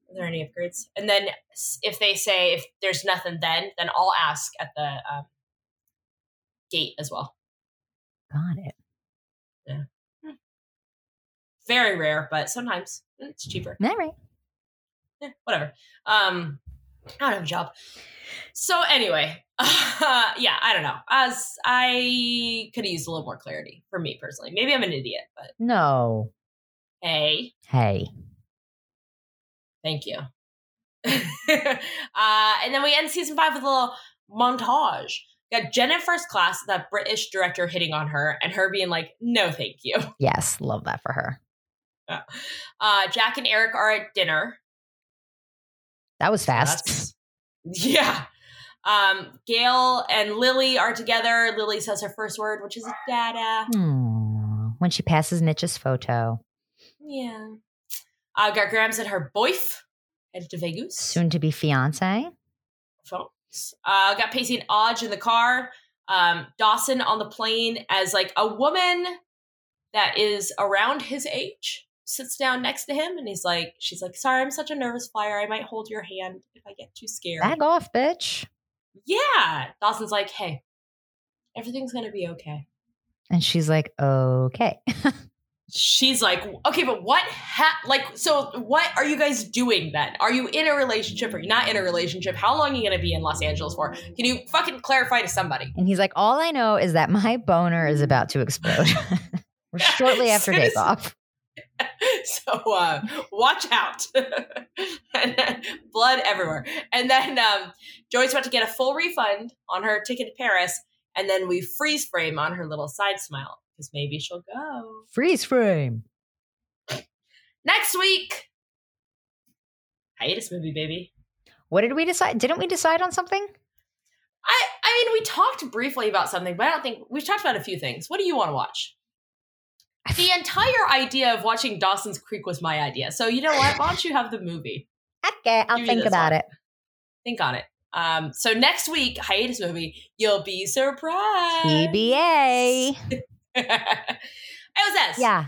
"Are there any upgrades?" And then s- if they say if there's nothing, then then I'll ask at the um, gate as well. Got it. Very rare, but sometimes it's cheaper. All right. Yeah, whatever. Um, I don't have a job. So anyway, yeah, I don't know. As I could have used a little more clarity for me personally. Maybe I'm an idiot, but No. hey, Hey. thank you. uh, and then we end season five with a little montage got Jen in first class, that British director hitting on her, and her being like, no, thank you. Yes, love that for her. Uh, Jack and Eric are at dinner. That was fast. That's- yeah. Um, Gail and Lily are together. Lily says her first word, which is dada. Aw, Hmm. when she passes Mitch's photo, Yeah. Uh, got Graham's and her boyf headed to Vegas. soon to be fiance. phones. Uh, got Pacey and Odge in the car. Um, Dawson on the plane as like a woman that is around his age sits down next to him and he's like, she's like, sorry, I'm such a nervous flyer. I might hold your hand if I get too scared. Back off, bitch. yeah. Dawson's like, hey, everything's going to be okay. And she's like, okay. She's like, okay, but what ha- like, so what are you guys doing then? Are you in a relationship? Are you not in a relationship? How long are you going to be in Los Angeles for? Can you fucking clarify to somebody? And he's like, all I know is that my boner is about to explode. We're shortly after Seriously. takeoff. so uh, watch out And then blood everywhere and then um, joey's about to get a full refund on her ticket to paris and then we freeze frame on her little side smile because maybe she'll go Freeze frame. next week hiatus movie baby What did we decide? Didn't we decide on something? i i mean we talked briefly about something but i don't think we've talked about a few things what do you want to watch the entire idea of watching Dawson's Creek was my idea. So you know what? Why don't you have the movie? Okay, I'll Give me think this about one. it. think on it. Um, so next week, hiatus movie, you'll be surprised. TBA. Ozes, Yeah.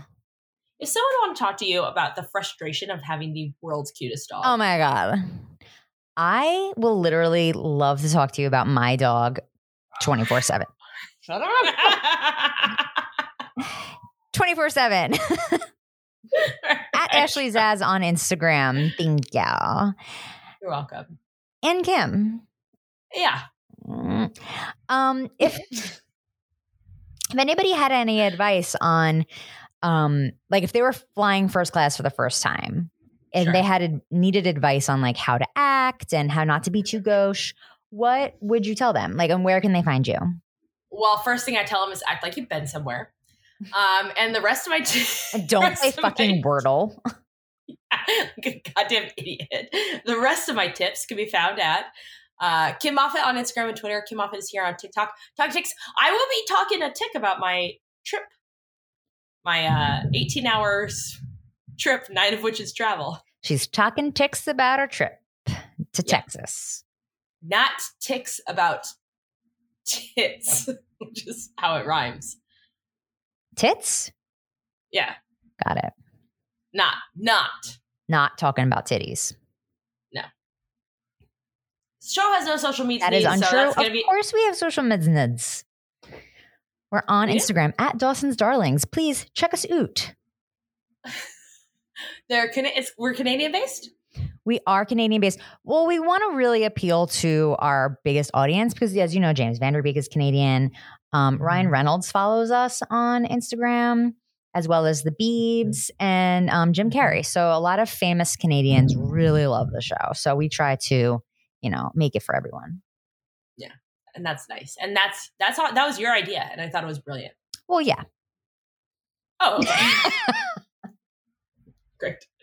if someone wanted to talk to you about the frustration of having the world's cutest dog, Oh my God. I will literally love to talk to you about my dog 24 7. shut up. 24 7. At Ashley Zaz on Instagram. Thank you. You're welcome. And Kim. Yeah. Mm-hmm. Mm. Um, if if anybody had any advice on um like if they were flying first class for the first time and Sure. they had ad- needed advice on like how to act and how not to be too gauche, what would you tell them? Like and where can they find you? Well, first thing I tell them is act like you've been somewhere. Um, and the rest of my And Don't play Somebody- fucking Wordle. like a goddamn idiot. The rest of my tips can be found at uh, Kim Moffat on Instagram and Twitter. Kim Moffat is here on TikTok. Talk ticks. I will be talking a tick about my trip, my uh, 18 hours trip, nine of which is travel. She's talking ticks about her trip to Yeah. Texas. Not ticks about tits, which is how it rhymes. Tits? Yeah, Got it. not, not. Not talking about titties. Show has no social media. That is so untrue. that's gonna of be course, we have social meds. We're on Yeah. Instagram at Dawson's Darlings. Please check us out. they're Cana- it's, we're Canadian based. We are Canadian based. Well, we want to really appeal to our biggest audience because, as you know, James Vanderbeek is Canadian. Um, Mm-hmm. Ryan Reynolds follows us on Instagram, as well as the Mm-hmm. Beebs and um, Jim Carrey. So, a lot of famous Canadians really love the show. So, we try to, you know, make it for everyone. And that's nice. And that's that's how that was your idea, and I thought it was brilliant. Well, yeah. Oh, okay. great.